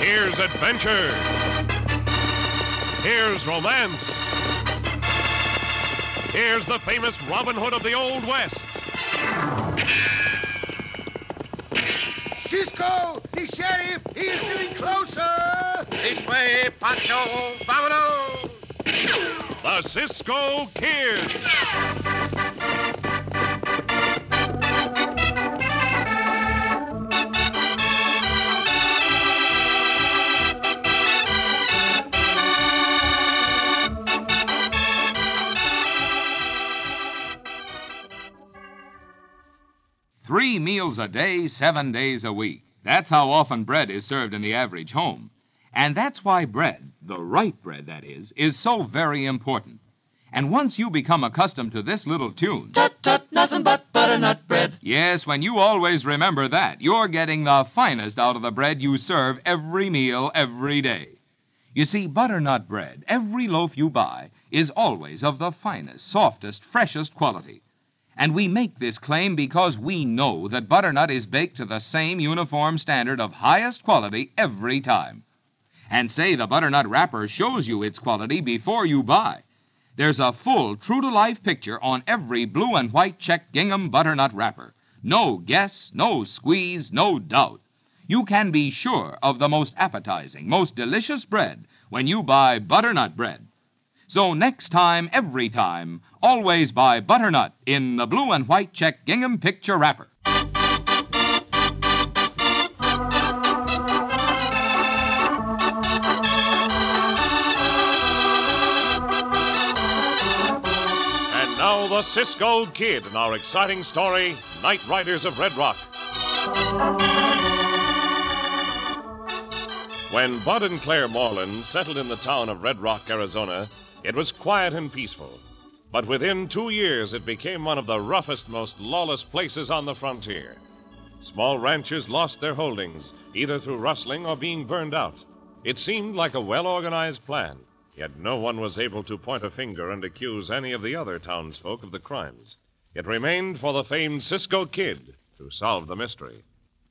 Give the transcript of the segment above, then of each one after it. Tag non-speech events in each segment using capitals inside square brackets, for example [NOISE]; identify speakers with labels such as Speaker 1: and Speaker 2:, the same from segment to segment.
Speaker 1: Here's adventure. Here's romance. Here's the famous Robin Hood of the Old West.
Speaker 2: Cisco, the sheriff, he is getting closer.
Speaker 3: This way, Pancho, vámonos!
Speaker 1: The Cisco Kid.
Speaker 4: Three meals a day, seven days a week. That's how often bread is served in the average home. And that's why bread, the right bread that is, is so very important. And once you become accustomed to this little tune,
Speaker 5: Tut tut, nothing but butternut bread.
Speaker 4: yes, when you always remember that, you're getting the finest out of the bread you serve every meal, every day. You see, butternut bread, every loaf you buy, is always of the finest, softest, freshest quality. And we make this claim because we know that butternut is baked to the same uniform standard of highest quality every time. And say the butternut wrapper shows you its quality before you buy. There's a full, true to life picture on every blue and white check gingham butternut wrapper. No guess, no squeeze, no doubt. You can be sure of the most appetizing, most delicious bread when you buy butternut bread. So next time, every time, always buy butternut in the blue and white check gingham picture wrapper.
Speaker 1: And now the Cisco Kid in our exciting story, Night Riders of Red Rock. When Bud and Claire Morland settled in the town of Red Rock, Arizona, it was quiet and peaceful. But within two years, it became one of the roughest, most lawless places on the frontier. Small ranchers lost their holdings, either through rustling or being burned out. It seemed like a well organized plan, yet no one was able to point a finger and accuse any of the other townsfolk of the crimes. It remained for the famed Cisco Kid to solve the mystery.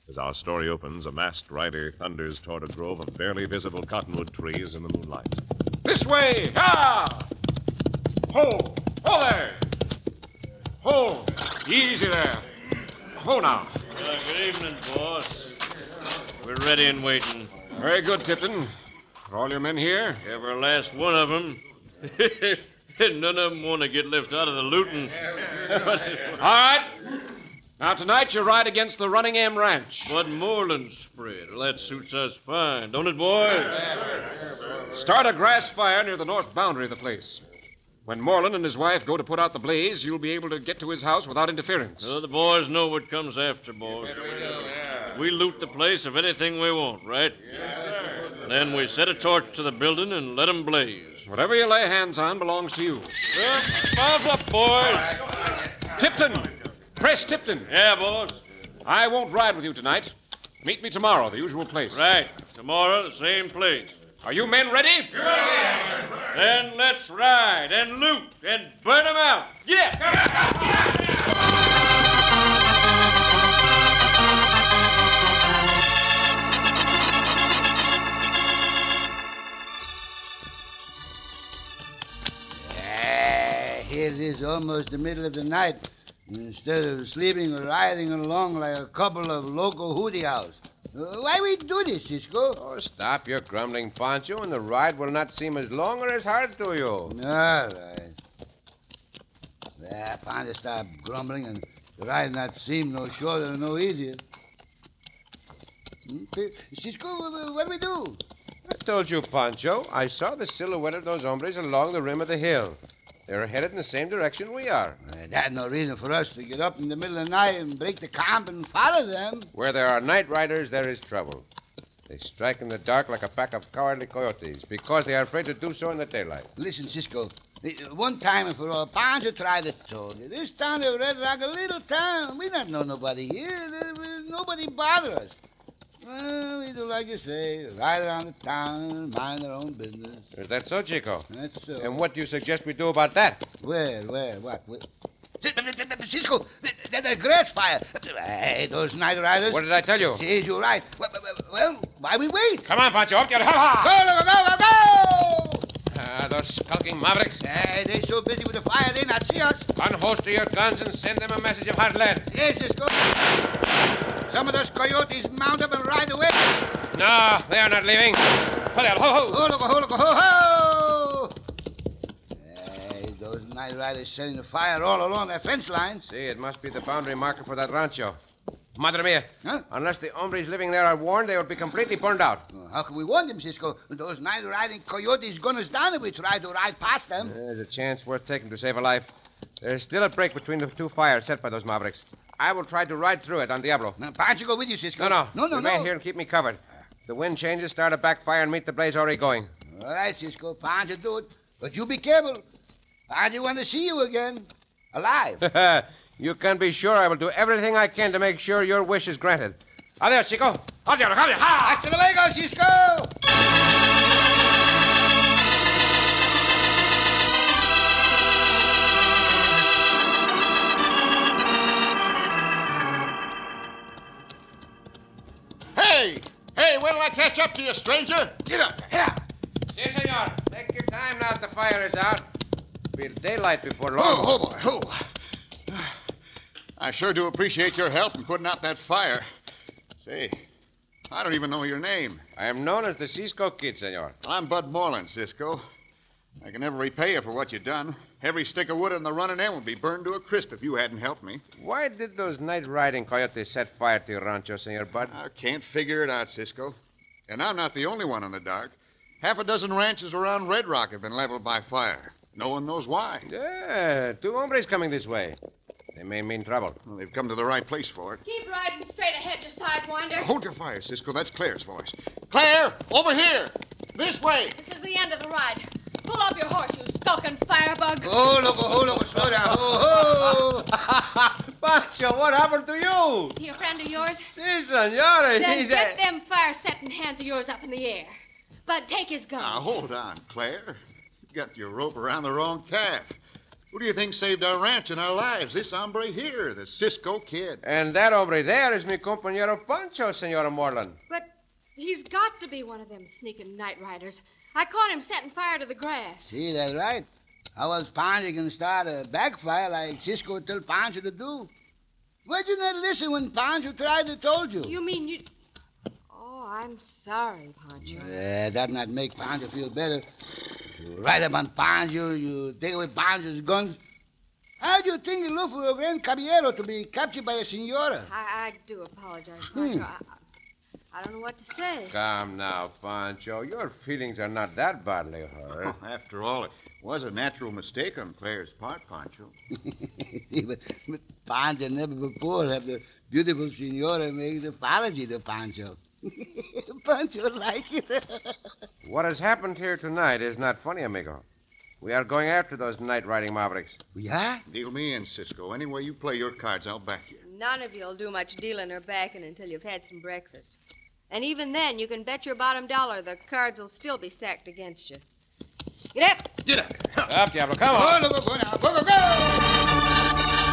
Speaker 1: As our story opens, a masked rider thunders toward a grove of barely visible cottonwood trees in the moonlight.
Speaker 3: This way, ha! Ho, ho there! Ho, easy there. Ho now.
Speaker 6: good evening, boss. We're ready and waiting.
Speaker 3: Very good, Tipton. Are all your men here?
Speaker 6: Every last one of them. [LAUGHS] None of them want to get left out of the looting.
Speaker 3: All right. Now, tonight you ride against the Runningham Ranch.
Speaker 6: But Moreland spread, well, that suits us fine, don't it, boys?
Speaker 3: Start a grass fire near the north boundary of the place. When Morland and his wife go to put out the blaze, you'll be able to get to his house without interference.
Speaker 6: Well, the boys know what comes after, boys. We loot the place of anything we want, right? Yes, sir. Then we set a torch to the building and let 'em blaze.
Speaker 3: Whatever you lay hands on belongs to you.
Speaker 6: Well, Bob up, boys.
Speaker 3: Tipton! Press Tipton!
Speaker 6: Yeah, boss.
Speaker 3: I won't ride with you tonight. Meet me tomorrow, the usual place.
Speaker 6: Right. Tomorrow, the same place.
Speaker 3: Are you men ready?
Speaker 6: Then let's ride and loot and burn 'em out. Yeah!
Speaker 2: Ah, here it is almost the middle of the night. Instead of sleeping or riding along like a couple of local hootie owls. Uh, Why we do this, Cisco?
Speaker 7: Oh, stop your grumbling, Pancho, and the ride will not seem as long or as hard to you.
Speaker 2: All right. There, Panda stop grumbling and the ride not seem no shorter, no easier. Hmm, P- Cisco, wh- wh- what we do?
Speaker 7: I told you, Pancho, I saw the silhouette of those hombres along the rim of the hill. They're headed in the same direction we are.
Speaker 2: Uh, that no reason for us to get up in the middle of the night and break the camp and follow them.
Speaker 7: Where there are night riders, there is trouble. They strike in the dark like a pack of cowardly coyotes because they are afraid to do so in the daylight.
Speaker 2: Listen, Cisco. the- uh, One time and for all, Pancho tried to tell you. This town of Red Rock, a little town. We don't know nobody here. There will nobody bother us. Well, we do like you say, ride around the town and mind our own business.
Speaker 7: Is that so, Chico?
Speaker 2: That's so.
Speaker 7: And what do you suggest we do about that?
Speaker 2: Where, where, what? Where? Cisco, the, the, the grass fire. Hey, those night riders.
Speaker 7: What did I tell you?
Speaker 2: Yes, you're right. What, what, Well, why we wait?
Speaker 7: Come on, Pancho, up your ha
Speaker 2: Go, go, go, go, go!
Speaker 7: Ah, those skulking mavericks.
Speaker 2: Hey, they so busy with the fire, they not see us.
Speaker 7: Unholster your guns and send them a message of hard lead.
Speaker 2: Yes, let's go. Some of those coyotes mount up and ride away.
Speaker 7: No, they are not leaving. Pull out, ho ho!
Speaker 2: Ho, look, ho, look, ho, ho! Hey, those night riders setting the fire all along that fence line.
Speaker 7: See, it must be the boundary marker for that rancho. Madre mia,
Speaker 2: Huh?
Speaker 7: unless the hombres living there are warned, they will be completely burned out.
Speaker 2: Well, How can we warn them, Cisco? Those night riding coyotes gun us down if we try to ride past them.
Speaker 7: There's a chance worth taking to save a life. There's still a break between the two fires set by those mavericks. I will try to ride through it on Diablo.
Speaker 2: Now, why don't you go with you, Cisco?
Speaker 7: No, no.
Speaker 2: No, no,
Speaker 7: Remain
Speaker 2: no.
Speaker 7: here and keep me covered. The wind changes, start a backfire, and meet the blaze already going. [LAUGHS]
Speaker 2: All right, Cisco, Pancho do it. But you be careful. Pancho want to see you again. Alive.
Speaker 7: you can be sure I will do everything I can to make sure your wish is granted. Adios, Chico. Adios, adios. Ha!
Speaker 2: Hasta luego, Cisco!
Speaker 8: Hey! Hey, when'll I catch up to you, stranger? Get up here!
Speaker 7: Si, senor. Take your time now that the fire is out. Be daylight before long.
Speaker 8: Oh, oh boy, oh. I sure do appreciate your help in putting out that fire. Say, I don't even know your name.
Speaker 7: I am known as the Cisco Kid, senor.
Speaker 8: I'm Bud Moreland, Cisco. I can never repay you for what you've done. Every stick of wood in the running end would be burned to a crisp if you hadn't helped me.
Speaker 7: Why did those night riding coyotes set fire to your rancho, senor Bud?
Speaker 8: I can't figure it out, Cisco. And I'm not the only one in the dark. Half a dozen ranches around Red Rock have been leveled by fire. No one knows why.
Speaker 7: Yeah, two hombres coming this way. They may mean trouble.
Speaker 8: Well, they've come to the right place for it.
Speaker 9: Keep riding straight ahead, you sidewinder.
Speaker 8: Hold your fire, Cisco. That's Claire's voice. Claire, over here. This way.
Speaker 9: This is the end of the ride. Pull up your horse, you skulking firebug.
Speaker 2: Oh, look, oh, look, slow down. Oh, oh.
Speaker 7: Pancho, what happened to you?
Speaker 9: Is he a friend of yours?
Speaker 7: Si, senor.
Speaker 9: Then get them fire-setting hands of yours up in the air. Bud, take his guns.
Speaker 8: Now, hold on, Claire. You got your rope around the wrong calf. Who do you think saved our ranch and our lives? This hombre here, the Cisco kid.
Speaker 7: And that hombre there is mi compañero Pancho, Senor Moreland.
Speaker 9: But he's got to be one of them sneaking night riders. I caught him setting fire to the grass.
Speaker 2: See, that's right. How else Pancho can start a backfire like Cisco tell Pancho to do? Why'd you not listen when Pancho tried to told you?
Speaker 9: You mean you... Oh, I'm sorry, Pancho.
Speaker 2: Yeah, that not make Pancho feel better. You ride up on Pancho, you take away Pancho's guns. How do you think you look for a grand caballero to be captured by a senora?
Speaker 9: I, I do apologize,
Speaker 2: Hmm.
Speaker 9: Pancho. I, I don't know what to say.
Speaker 7: Come now, Pancho. Your feelings are not that badly hurt.
Speaker 8: Oh, After all, it was a natural mistake on Claire's part, Pancho.
Speaker 2: but, but Pancho never before have the beautiful senora make the apology to Pancho. Pancho like it.
Speaker 7: What has happened here tonight is not funny, amigo. We are going after those night riding mavericks.
Speaker 2: we are?
Speaker 8: Deal me in, Cisco. Any way you play your cards, I'll back you.
Speaker 9: None of you'll do much dealing or backing until you've had some breakfast. And even then, you can bet your bottom dollar the cards will still be stacked against you. Get up!
Speaker 8: Get up.
Speaker 7: Up, Diablo, come on.
Speaker 2: Oh, no, go, go now. Go, go, go!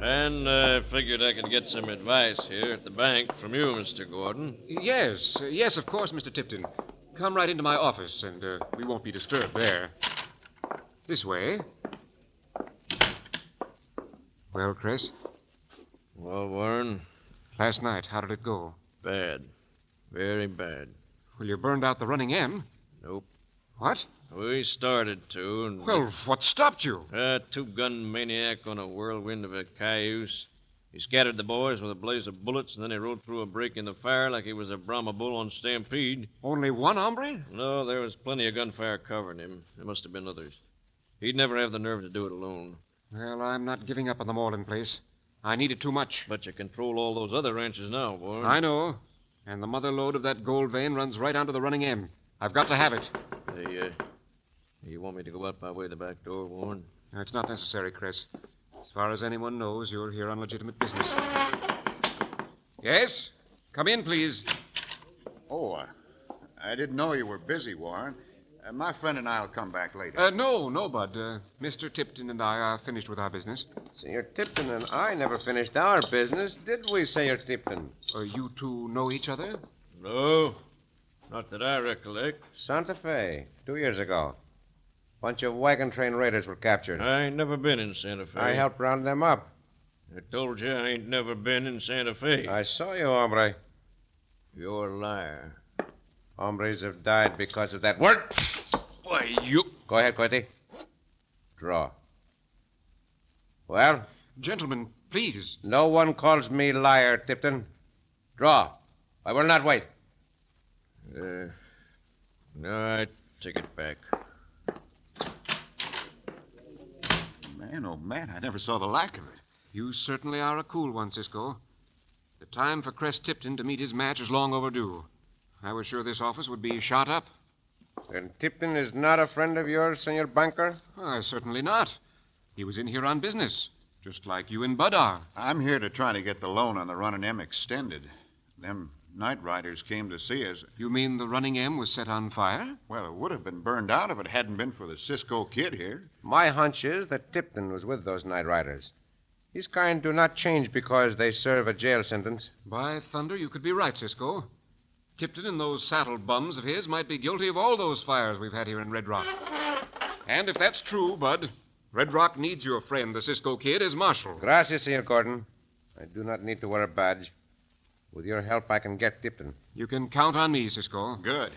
Speaker 6: And I figured I could get some advice here at the bank from you, Mr. Gordon.
Speaker 3: Yes, uh, yes, of course, Mr. Tipton. Come right into my office, and uh, we won't be disturbed there. This way. Well, Chris,
Speaker 6: Well, Warren,
Speaker 3: last night, how did it go?
Speaker 6: bad. Very bad.
Speaker 3: Well, you burned out the running end.
Speaker 6: Nope.
Speaker 3: What?
Speaker 6: We started to, and.
Speaker 3: Well, what stopped you?
Speaker 6: A two gun maniac on a whirlwind of a cayuse. He scattered the boys with a blaze of bullets, and then he rode through a break in the fire like he was a Brahma bull on stampede.
Speaker 3: Only one hombre?
Speaker 6: No, there was plenty of gunfire covering him. There must have been others. He'd never have the nerve to do it alone.
Speaker 3: Well, I'm not giving up on the Moreland place. I needed too much.
Speaker 6: But you control all those other ranches now, Warren.
Speaker 3: I know. And the mother lode of that gold vein runs right onto the running end. I've got to have it.
Speaker 6: Hey, uh, you want me to go out by way of the back door, Warren?
Speaker 3: No, it's not necessary, Chris. As far as anyone knows, you're here on legitimate business. Yes? Come in, please.
Speaker 8: Oh, I, I didn't know you were busy, Warren. Uh, my friend and I will come back later.
Speaker 3: Uh, no, no, Bud. Uh, Mr. Tipton and I are finished with our business.
Speaker 7: Senor Tipton and I never finished our business, did we, Senor Tipton?
Speaker 3: Uh, you two know each other?
Speaker 6: No, not that I recollect.
Speaker 7: Santa Fe, two years ago. Bunch of wagon train raiders were captured.
Speaker 6: I ain't never been in Santa Fe.
Speaker 7: I helped round them up.
Speaker 6: I told you I ain't never been in Santa Fe.
Speaker 7: I saw you, hombre.
Speaker 6: You're a liar.
Speaker 7: Hombres have died because of that word.
Speaker 6: Why, you.
Speaker 7: Go ahead, Coyote. Draw. Well,
Speaker 3: Gentlemen, please.
Speaker 7: no one calls me liar, Tipton. Draw. I will not wait.
Speaker 6: Uh, no, I take it back.
Speaker 8: Man, oh man, I never saw the like of it.
Speaker 3: You certainly are a cool one, Cisco. The time for Crest Tipton to meet his match is long overdue. I was sure this office would be shot up.
Speaker 7: Then Tipton is not a friend of yours, Senor Banker?
Speaker 3: Why, Uh, certainly not. He was in here on business, just like you and Bud are.
Speaker 8: I'm here to try to get the loan on the Run and M extended. Them night riders came to see us.
Speaker 3: You mean the running M was set on fire?
Speaker 8: Well, it would have been burned out if it hadn't been for the Cisco kid here.
Speaker 7: My hunch is that Tipton was with those night riders. His kind do not change because they serve a jail sentence.
Speaker 3: By thunder, you could be right, Cisco. Tipton and those saddle bums of his might be guilty of all those fires we've had here in Red Rock. And if that's true, Bud, Red Rock needs your friend, the Cisco kid, as marshal.
Speaker 7: Gracias, Senor Gordon. I do not need to wear a badge. With your help, I can get Tipton.
Speaker 3: You can count on me, Cisco.
Speaker 8: Good.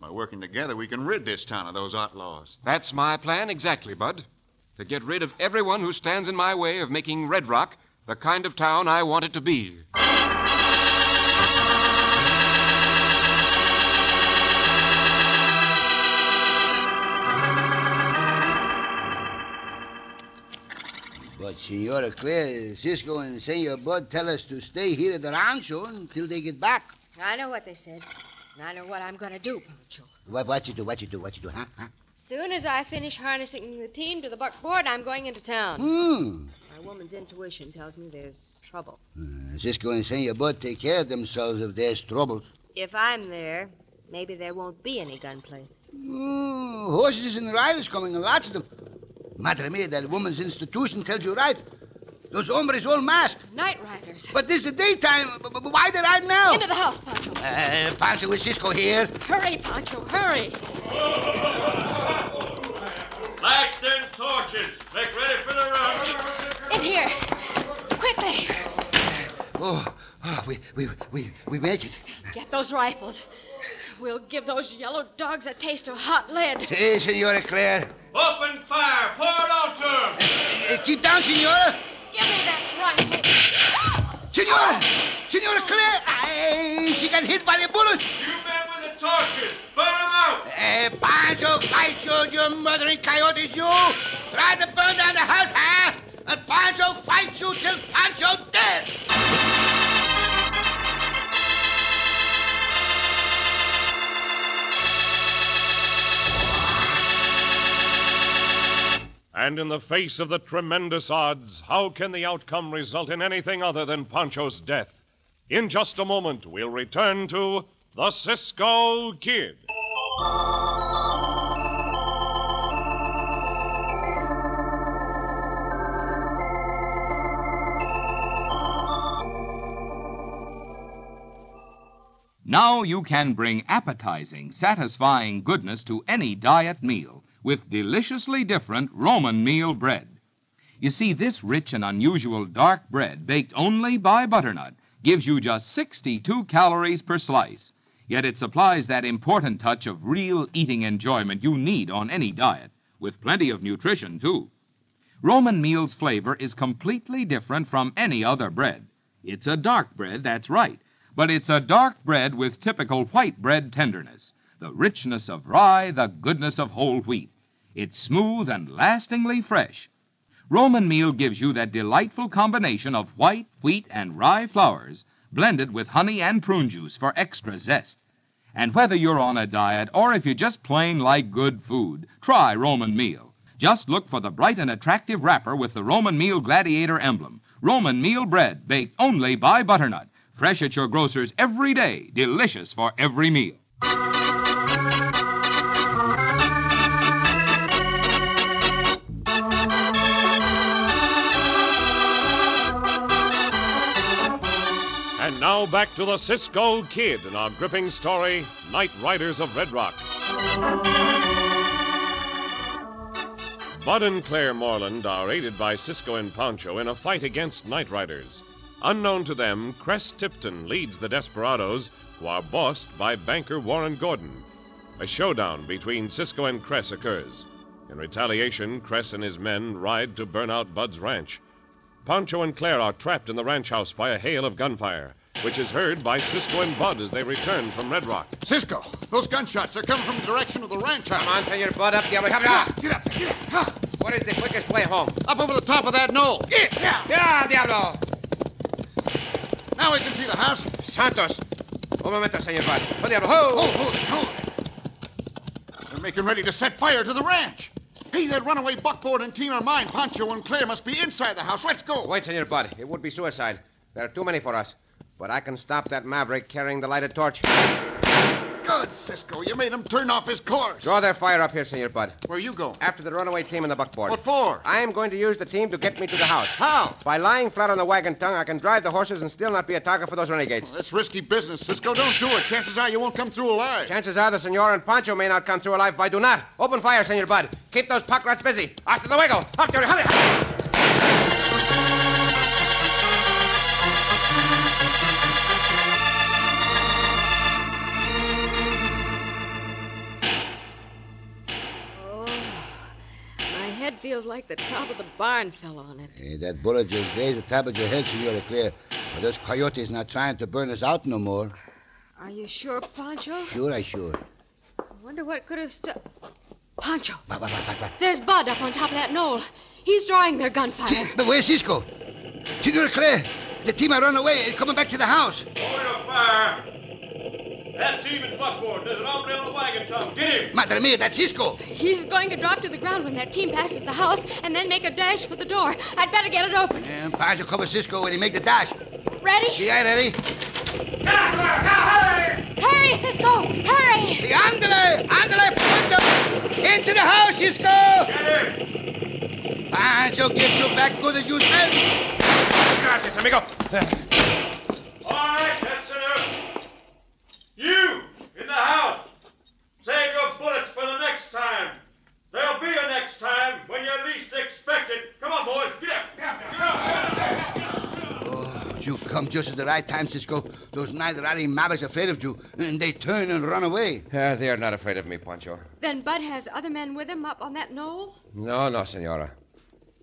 Speaker 8: By working together, we can rid this town of those outlaws.
Speaker 3: That's my plan exactly, Bud. To get rid of everyone who stands in my way of making Red Rock the kind of town I want it to be.
Speaker 2: But Senora Claire, Cisco and Senor Bud tell us to stay here at the rancho until they get back.
Speaker 9: I know what they said, and I know what I'm going to do, Pancho.
Speaker 2: What, what you do, what you do, what you do, huh? huh?
Speaker 9: Soon as I finish harnessing the team to the buckboard, I'm going into town.
Speaker 2: Hmm.
Speaker 9: My woman's intuition tells me there's trouble.
Speaker 2: Uh, Cisco and Senor Bud take care of themselves if there's trouble.
Speaker 9: If I'm there, maybe there won't be any gunplay.
Speaker 2: Mm, horses and riders coming, lots of them. Madre mia, that woman's institution tells you right. Those hombres all masked.
Speaker 9: Night riders.
Speaker 2: But this is the daytime. B- b- Why they ride now?
Speaker 9: Into the house, Pancho.
Speaker 2: Uh, Pancho with Cisco here.
Speaker 9: Hurry, Pancho, hurry.
Speaker 6: Light them torches. Make ready for the rush.
Speaker 9: In here. Quickly.
Speaker 2: Oh, oh, we, we, we, we make it.
Speaker 9: Get those rifles. We'll give those yellow dogs a taste of hot lead.
Speaker 2: Hey, Senora Claire.
Speaker 6: Open fire. Pour it onto them.
Speaker 2: Uh, keep down, Senora.
Speaker 9: Give me that rifle. Ah!
Speaker 2: Senora! Senora Claire! Ay, she got hit by the bullet.
Speaker 6: You men with the torches. Burn them out.
Speaker 2: Uh, Pancho, Pancho, you murdering coyotes, you. Try to burn down the house, huh? And Pancho fights you till Pancho dead.
Speaker 1: And in the face of the tremendous odds, how can the outcome result in anything other than Pancho's death? In just a moment, we'll return to The Cisco Kid.
Speaker 4: Now you can bring appetizing, satisfying goodness to any diet meal with deliciously different Roman meal bread. You see, this rich and unusual dark bread, baked only by butternut, gives you just 62 calories per slice. Yet it supplies that important touch of real eating enjoyment you need on any diet, with plenty of nutrition, too. Roman meal's flavor is completely different from any other bread. It's a dark bread, that's right, but it's a dark bread with typical white bread tenderness, the richness of rye, the goodness of whole wheat. It's smooth and lastingly fresh. Roman meal gives you that delightful combination of white, wheat, and rye flours, blended with honey and prune juice for extra zest. And whether you're on a diet or if you just plain like good food, try Roman Meal. Just look for the bright and attractive wrapper with the Roman Meal Gladiator emblem. Roman Meal bread baked only by butternut. Fresh at your grocer's every day, delicious for every meal.
Speaker 1: now back to the Cisco Kid in our gripping story, Night Riders of Red Rock. Bud and Claire Moreland are aided by Cisco and Pancho in a fight against Night Riders. Unknown to them, Crest Tipton leads the desperados, who are bossed by banker Warren Gordon. A showdown between Cisco and Cress occurs. In retaliation, Cress and his men ride to burn out Bud's ranch. Pancho and Claire are trapped in the ranch house by a hail of gunfire, which is heard by Cisco and Bud as they return from Red Rock.
Speaker 8: Cisco, those gunshots are coming from the direction of the ranch house.
Speaker 7: Come on, send your butt up, Diablo. Come
Speaker 8: Ah,
Speaker 7: on.
Speaker 8: Get up, get up. Ah,
Speaker 7: What is the quickest way home?
Speaker 8: Up over the top of that knoll. Yeah, yeah.
Speaker 7: Get on, Diablo.
Speaker 8: Now we can see the house.
Speaker 7: Santos. Un momento, senor Bud. Oh, Diablo. Ho!
Speaker 8: Hold, hold it, hold it. oh. They're making ready to set fire to the ranch. Hey, that runaway buckboard and team are mine. Pancho and Claire must be inside the house. Let's go.
Speaker 7: Oh, Wait, senor Bud. It would be suicide. There are too many for us. But I can stop that maverick carrying the lighted torch.
Speaker 8: Good, Cisco. You made him turn off his course.
Speaker 7: Draw their fire up here, senor Bud.
Speaker 8: Where you going?
Speaker 7: After the runaway team in the buckboard.
Speaker 8: What for?
Speaker 7: I am going to use the team to get me to the house.
Speaker 8: How?
Speaker 7: By lying flat on the wagon tongue, I can drive the horses and still not be a target for those renegades.
Speaker 8: That's risky business, Cisco. Don't do it. Chances are you won't come through alive.
Speaker 7: Chances are the senor and Pancho may not come through alive if I do not. Open fire, senor Bud. Keep those pack rats busy. Hasta luego. Up there, hurry.
Speaker 9: My head feels like the top of the barn fell on it.
Speaker 2: Hey, that bullet just grazed the top of your head, Senora Claire. But those coyotes not trying to burn us out no more.
Speaker 9: Are you sure, Pancho?
Speaker 2: Sure, I sure.
Speaker 9: I wonder what could have stuck. Pancho,
Speaker 2: But, but, but, but, but.
Speaker 9: there's Bud up on top of that knoll. He's drawing their gunfire.
Speaker 2: but where's Cisco? Senora Claire, the team are run away and coming back to the house.
Speaker 6: Point of fire! That team in buckboard, there's an hombre on the wagon tongue. Get him!
Speaker 2: Madre mia, that's Cisco.
Speaker 9: He's going to drop to the ground when that team passes the house and then make a dash for the door. I'd better get it open.
Speaker 2: And Pancho cover Cisco when he make the dash.
Speaker 9: Ready?
Speaker 2: See, I ready?
Speaker 9: Hurry, Cisco! Hurry!
Speaker 2: The andale, andale, pronto. Into the house, Cisco.
Speaker 6: Get him!
Speaker 2: Pancho, get you back good as you said.
Speaker 7: Gracias, amigo.
Speaker 6: All right, that's enough. You in the house, save your bullets for the next time. There'll be a next time when you least expect it. Come on, boys, get up! Get up! Get up! Get up!
Speaker 2: You come just at the right time, Cisco. Those night riding mavericks afraid of you, and they turn and run away.
Speaker 7: Ah, they are not afraid of me, Pancho.
Speaker 9: Then Bud has other men with him up on that knoll?
Speaker 7: No, no, senora.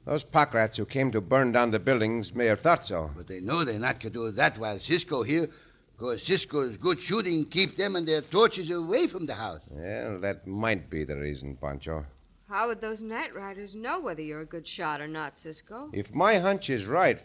Speaker 7: Those pack rats who came to burn down the buildings may have thought so.
Speaker 2: But they know they're not going to do that while Cisco here, because Cisco's good shooting keep them and their torches away from the house.
Speaker 7: Well, that might be the reason, Pancho.
Speaker 9: How would those night riders know whether you're a good shot or not, Cisco?
Speaker 7: If my hunch is right,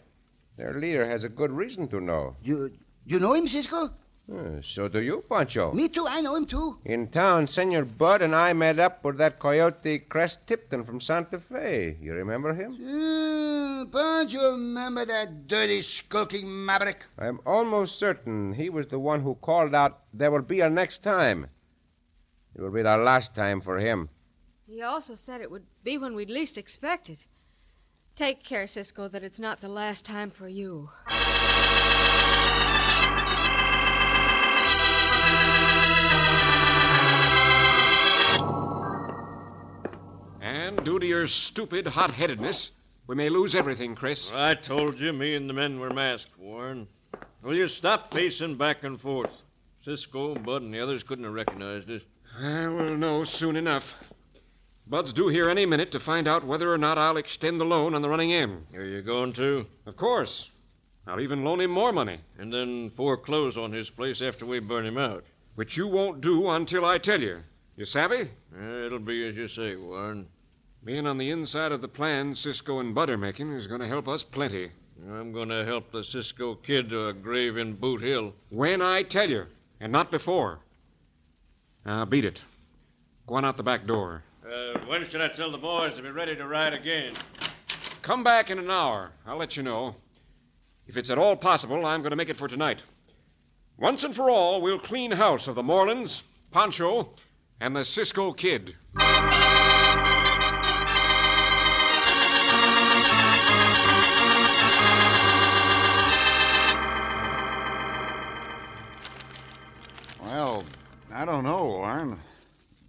Speaker 7: their leader has a good reason to know.
Speaker 2: You you know him, Cisco?
Speaker 7: Uh, so do you, Pancho.
Speaker 2: Me too, I know him too.
Speaker 7: In town, Senor Bud and I met up with that coyote Crest Tipton from Santa Fe. You remember him?
Speaker 2: Uh, don't you remember that dirty, skulking maverick?
Speaker 7: I'm almost certain he was the one who called out, There will be a next time. It will be the last time for him.
Speaker 9: He also said it would be when we'd least expect it. Take care, Cisco, that it's not the last time for you.
Speaker 3: And due to your stupid hot headedness, we may lose everything, Chris.
Speaker 6: I told you, me and the men were masked, Warren. Will you stop pacing back and forth? Cisco, Bud, and the others couldn't have recognized us.
Speaker 3: I will know soon enough. Bud's due here any minute to find out whether or not I'll extend the loan on the running in.
Speaker 6: Are you going to?
Speaker 3: Of course. I'll even loan him more money,
Speaker 6: And then foreclose on his place after we burn him out.
Speaker 3: which you won't do until I tell you. You savvy?
Speaker 6: Eh, It'll be as you say, Warren.
Speaker 3: Being on the inside of the plan Cisco and Bud are making is going to help us plenty.
Speaker 6: I'm going to help the Cisco kid to a grave in Boot Hill.
Speaker 3: When I tell you, and not before. Now, beat it. Go on out the back door.
Speaker 6: Uh, when should I tell the boys to be ready to ride again?
Speaker 3: Come back in an hour. I'll let you know. If it's at all possible, I'm going to make it for tonight. Once and for all, we'll clean house of the Morelands, Pancho, and the Cisco Kid.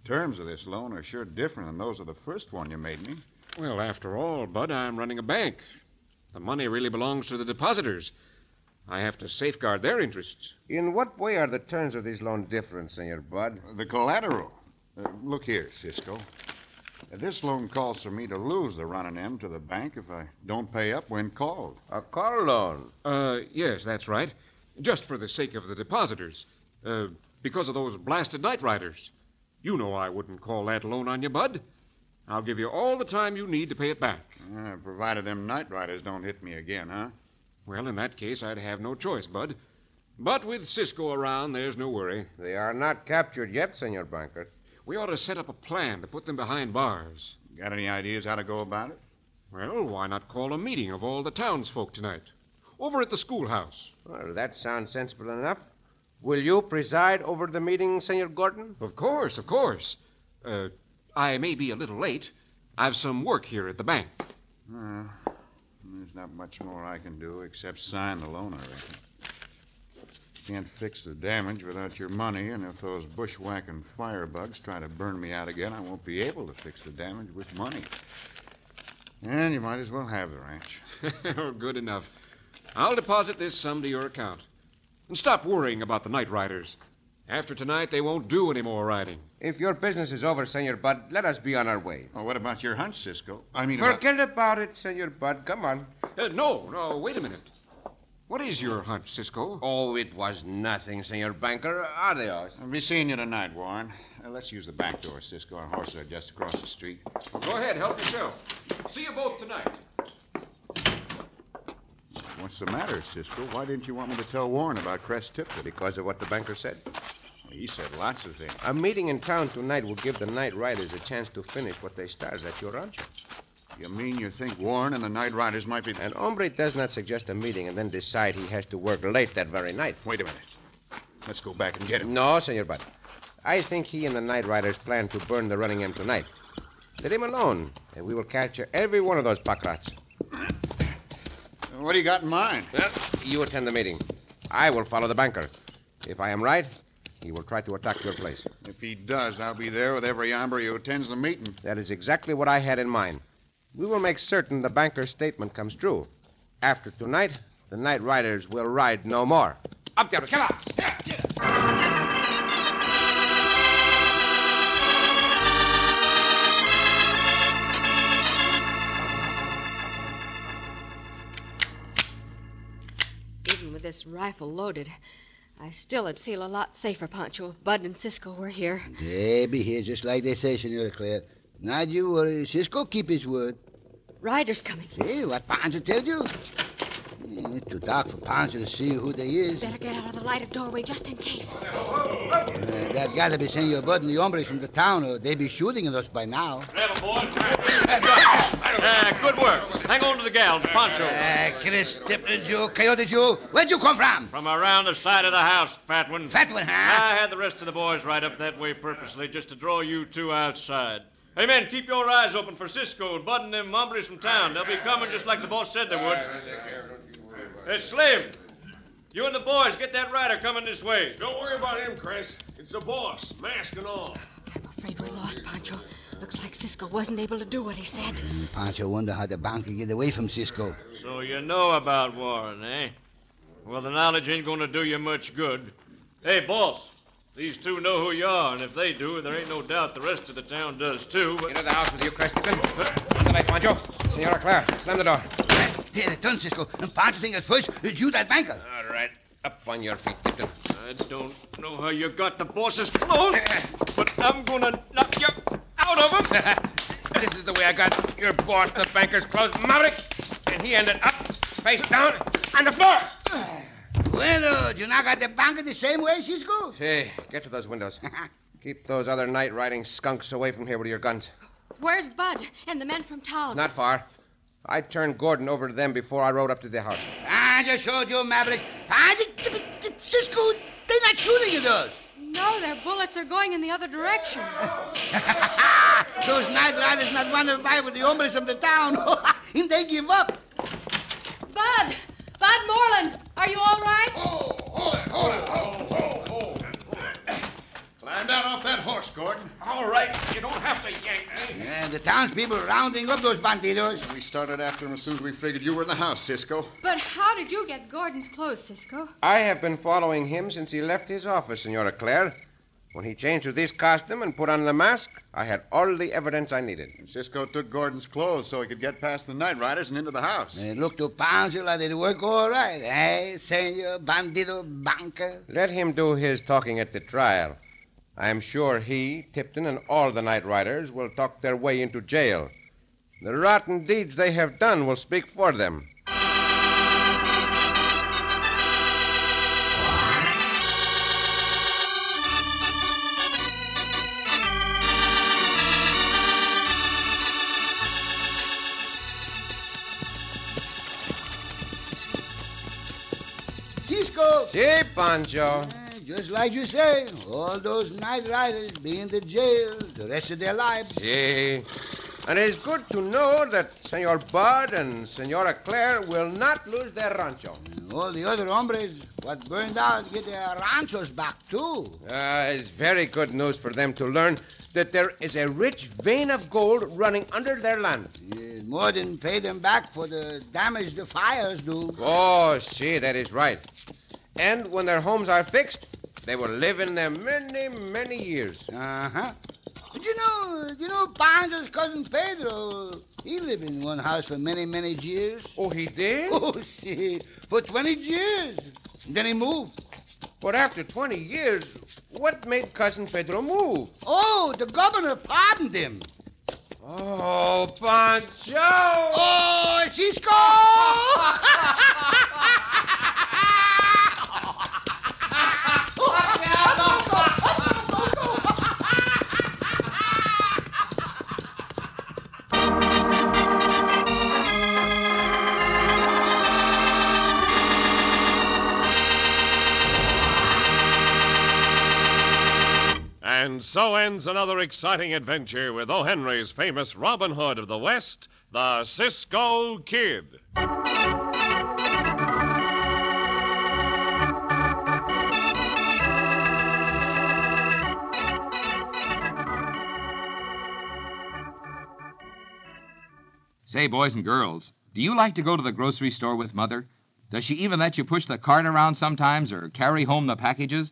Speaker 8: terms of this loan are sure different than those of the first one you made me.
Speaker 3: Well, after all, Bud, I'm running a bank. The money really belongs to the depositors. I have to safeguard their interests.
Speaker 7: In what way are the terms of this loan different, Senor Bud?
Speaker 8: The collateral. Uh, look here, Cisco. Uh, This loan calls for me to lose the run and M to the bank if I don't pay up when called.
Speaker 7: A call loan?
Speaker 3: Uh, yes, that's right. Just for the sake of the depositors. Uh, because of those blasted night riders. You know I wouldn't call that loan on you, Bud. I'll give you all the time you need to pay it back.
Speaker 8: Uh, provided them night riders don't hit me again, huh?
Speaker 3: Well, in that case, I'd have no choice, Bud. But with Cisco around, there's no worry.
Speaker 7: They are not captured yet, Senor Banker.
Speaker 3: We ought to set up a plan to put them behind bars.
Speaker 8: Got any ideas how to go about it?
Speaker 3: Well, why not call a meeting of all the townsfolk tonight? Over at the schoolhouse.
Speaker 7: Well, that sounds sensible enough. Will you preside over the meeting, Senor Gordon?
Speaker 3: Of course, of course. Uh, I may be a little late. I've some work here at the bank.
Speaker 8: Uh, there's not much more I can do except sign the loan, I reckon. Can't fix the damage without your money, and if those bushwhacking firebugs try to burn me out again, I won't be able to fix the damage with money. And you might as well have the ranch.
Speaker 3: [LAUGHS] Oh, Good enough. I'll deposit this sum to your account. And stop worrying about the night riders. After tonight, they won't do any more riding.
Speaker 7: If your business is over, Senor Bud, let us be on our way.
Speaker 8: Well, Oh, what about your hunch, Cisco? I mean, about-
Speaker 7: Forget about it, Senor Bud. Come on.
Speaker 3: Uh, no, no, wait a minute. What is your hunch, Cisco?
Speaker 7: Oh, it was nothing, Senor Banker. Adios.
Speaker 8: I'll be seeing you tonight, Warren. Uh, let's use the back door, Cisco. Our horses are just across the street.
Speaker 3: Go ahead, help yourself. See you both tonight.
Speaker 8: What's the matter, Cisco? Why didn't you want me to tell Warren about Crest Tipton?
Speaker 7: Because of what the banker said.
Speaker 8: He said lots of things.
Speaker 7: A meeting in town tonight will give the night riders a chance to finish what they started at your rancho.
Speaker 8: You mean you think Warren and the Night Riders might be.
Speaker 7: An hombre does not suggest a meeting and then decide he has to work late that very night.
Speaker 8: Wait a minute. Let's go back and get him.
Speaker 7: No, Senor Bud. I think he and the night riders plan to burn the running M tonight. Let him alone, and we will capture every one of those packrats.
Speaker 8: What do you got in mind?
Speaker 7: You attend the meeting. I will follow the banker. If I am right, he will try to attack your place.
Speaker 8: If he does, I'll be there with every hombre who attends the meeting.
Speaker 7: That is exactly what I had in mind. We will make certain the banker's statement comes true. After tonight, the night riders will ride no more. Up there, come on!
Speaker 9: Even with this rifle loaded, I still'd feel a lot safer, Pancho, if Bud and Cisco were here.
Speaker 2: They be here just like they say, Senora Claire. Not you worry. Cisco keep his word.
Speaker 9: Riders coming.
Speaker 2: See what Pancho tell you? Eh, It's too dark for Pancho to see who they is.
Speaker 9: Better get out of the lighted doorway just in case.
Speaker 2: Uh, that gotta be Senor Bud and the hombres from the town, or they be shooting at us by now.
Speaker 6: Ah, good work. Hang on to the gal, Poncho.
Speaker 2: Uh, Chris, Tipton Joe, Coyote Joe, where'd you come from?
Speaker 6: From around the side of the house, fat one.
Speaker 2: Fat one, huh?
Speaker 6: I had the rest of the boys ride up that way purposely just to draw you two outside. Hey, men, keep your eyes open for Cisco and Bud and them hombres from town. They'll be coming just like the boss said they would. Hey, Slim, you and the boys get that rider coming this way.
Speaker 10: Don't worry about him, Chris. It's the boss, mask and all.
Speaker 9: I'm afraid we lost Pancho. Looks like Cisco wasn't able to do what he said.
Speaker 2: Pancho wonder how the banker get away from Cisco.
Speaker 6: So you know about Warren, eh? Well, the knowledge ain't gonna do you much good. Hey, boss, these two know who you are, and if they do, there ain't no doubt the rest of the town does too. But...
Speaker 7: Into the house with you, Crestleton. Good night, Pancho. Senora Claire, slam the door.
Speaker 2: There, done, Cisco. And Pancho think at first it's you that banker.
Speaker 7: All right. Up on your feet, Tipton.
Speaker 6: I don't know how you got the boss's clothes, but I'm gonna knock you out of him.
Speaker 7: [LAUGHS] This is the way I got your boss, the banker's closed maverick, and he ended up face down on the floor.
Speaker 2: Well, uh, you now got the banker the same way, Cisco?
Speaker 7: Hey, get to those windows. Keep those other night riding skunks away from here with your guns.
Speaker 9: Where's Bud and the men from town?
Speaker 7: Not far. I turned Gordon over to them before I rode up to the house.
Speaker 2: Pancho showed you Mavericks. Pancho, Cisco, they not shooting at us.
Speaker 9: No, their bullets are going in the other direction.
Speaker 2: Those night riders not want to fight with the hombres from the town. [LAUGHS] and they give up.
Speaker 9: Bud! Bud Moreland! Are you all right?
Speaker 10: Climb down off that horse.
Speaker 8: horse, Gordon.
Speaker 10: All right, you don't have to yank me.
Speaker 8: And the townspeople rounding up those bandidos. We started after them as soon as we figured you were in the house, Cisco.
Speaker 9: But how did you get Gordon's clothes, Cisco?
Speaker 7: I have been following him since he left his office, Senora Claire. When he changed to this costume and put on the mask, I had all the evidence I needed.
Speaker 8: Cisco took Gordon's clothes so he could get past the night riders and into the house.
Speaker 2: It looked to Pancho like it work all right, eh, senor bandido banker?
Speaker 7: Let him do his talking at the trial. I am sure he, Tipton, and all the night riders will talk their way into jail. The rotten deeds they have done will speak for them.
Speaker 2: Cisco!
Speaker 7: Si, Pancho.
Speaker 2: Eh, Just like you say, all those night riders be in the jail the rest of their lives.
Speaker 7: Si. And it is good to know that Senor Bud and Senora Claire will not lose their rancho.
Speaker 2: All the other hombres what burned out get their ranchos back, too.
Speaker 7: Uh, it's very good news for them to learn that there is a rich vein of gold running under their land.
Speaker 2: Yes, more than pay them back for the damage the fires do.
Speaker 7: Oh, see, that is right. And when their homes are fixed, they will live in them many, many years.
Speaker 2: Uh
Speaker 7: Uh-huh.
Speaker 2: huh. Did you know, you know, Pancho's cousin Pedro, he lived in one house for many, many years.
Speaker 7: Oh, he
Speaker 2: [LAUGHS]
Speaker 7: did?
Speaker 2: Oh, see, for 20 years. Then he moved.
Speaker 7: But after 20 years, what made Cousin Pedro move?
Speaker 2: Oh, the governor pardoned him.
Speaker 7: Oh, Pancho!
Speaker 2: Oh,
Speaker 7: [LAUGHS]
Speaker 2: [LAUGHS] Cisco!
Speaker 1: And so ends another exciting adventure with O. Henry's famous Robin Hood of the West, the Cisco Kid.
Speaker 4: Say, boys and girls, do you like to go to the grocery store with Mother? Does she even let you push the cart around sometimes or carry home the packages?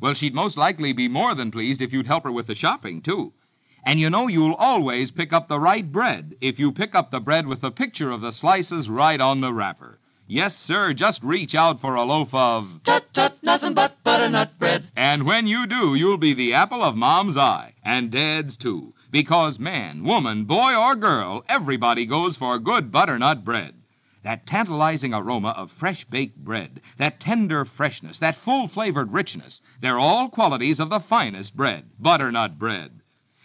Speaker 4: Well, she'd most likely be more than pleased if you'd help her with the shopping, too. And you know you'll always pick up the right bread if you pick up the bread with the picture of the slices right on the wrapper. Yes, sir, just reach out for a loaf of
Speaker 5: Tut tut, nothing but butternut bread.
Speaker 4: And when you do, you'll be the apple of Mom's eye, and Dad's too. Because man, woman, boy, or girl, everybody goes for good butternut bread. That tantalizing aroma of fresh baked bread, that tender freshness, that full flavored richness, they're all qualities of the finest bread, butternut bread.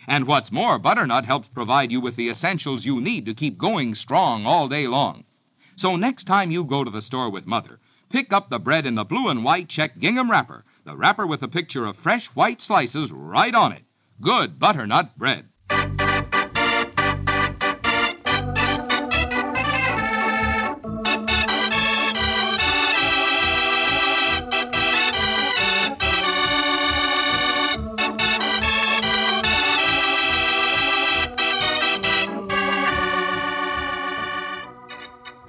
Speaker 4: And what's more, butternut helps provide you with the essentials you need to keep going strong all day long. So next time you go to the store with Mother, pick up the bread in the blue and white check gingham wrapper, the wrapper with a picture of fresh white slices right on it. Good butternut bread.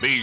Speaker 1: Be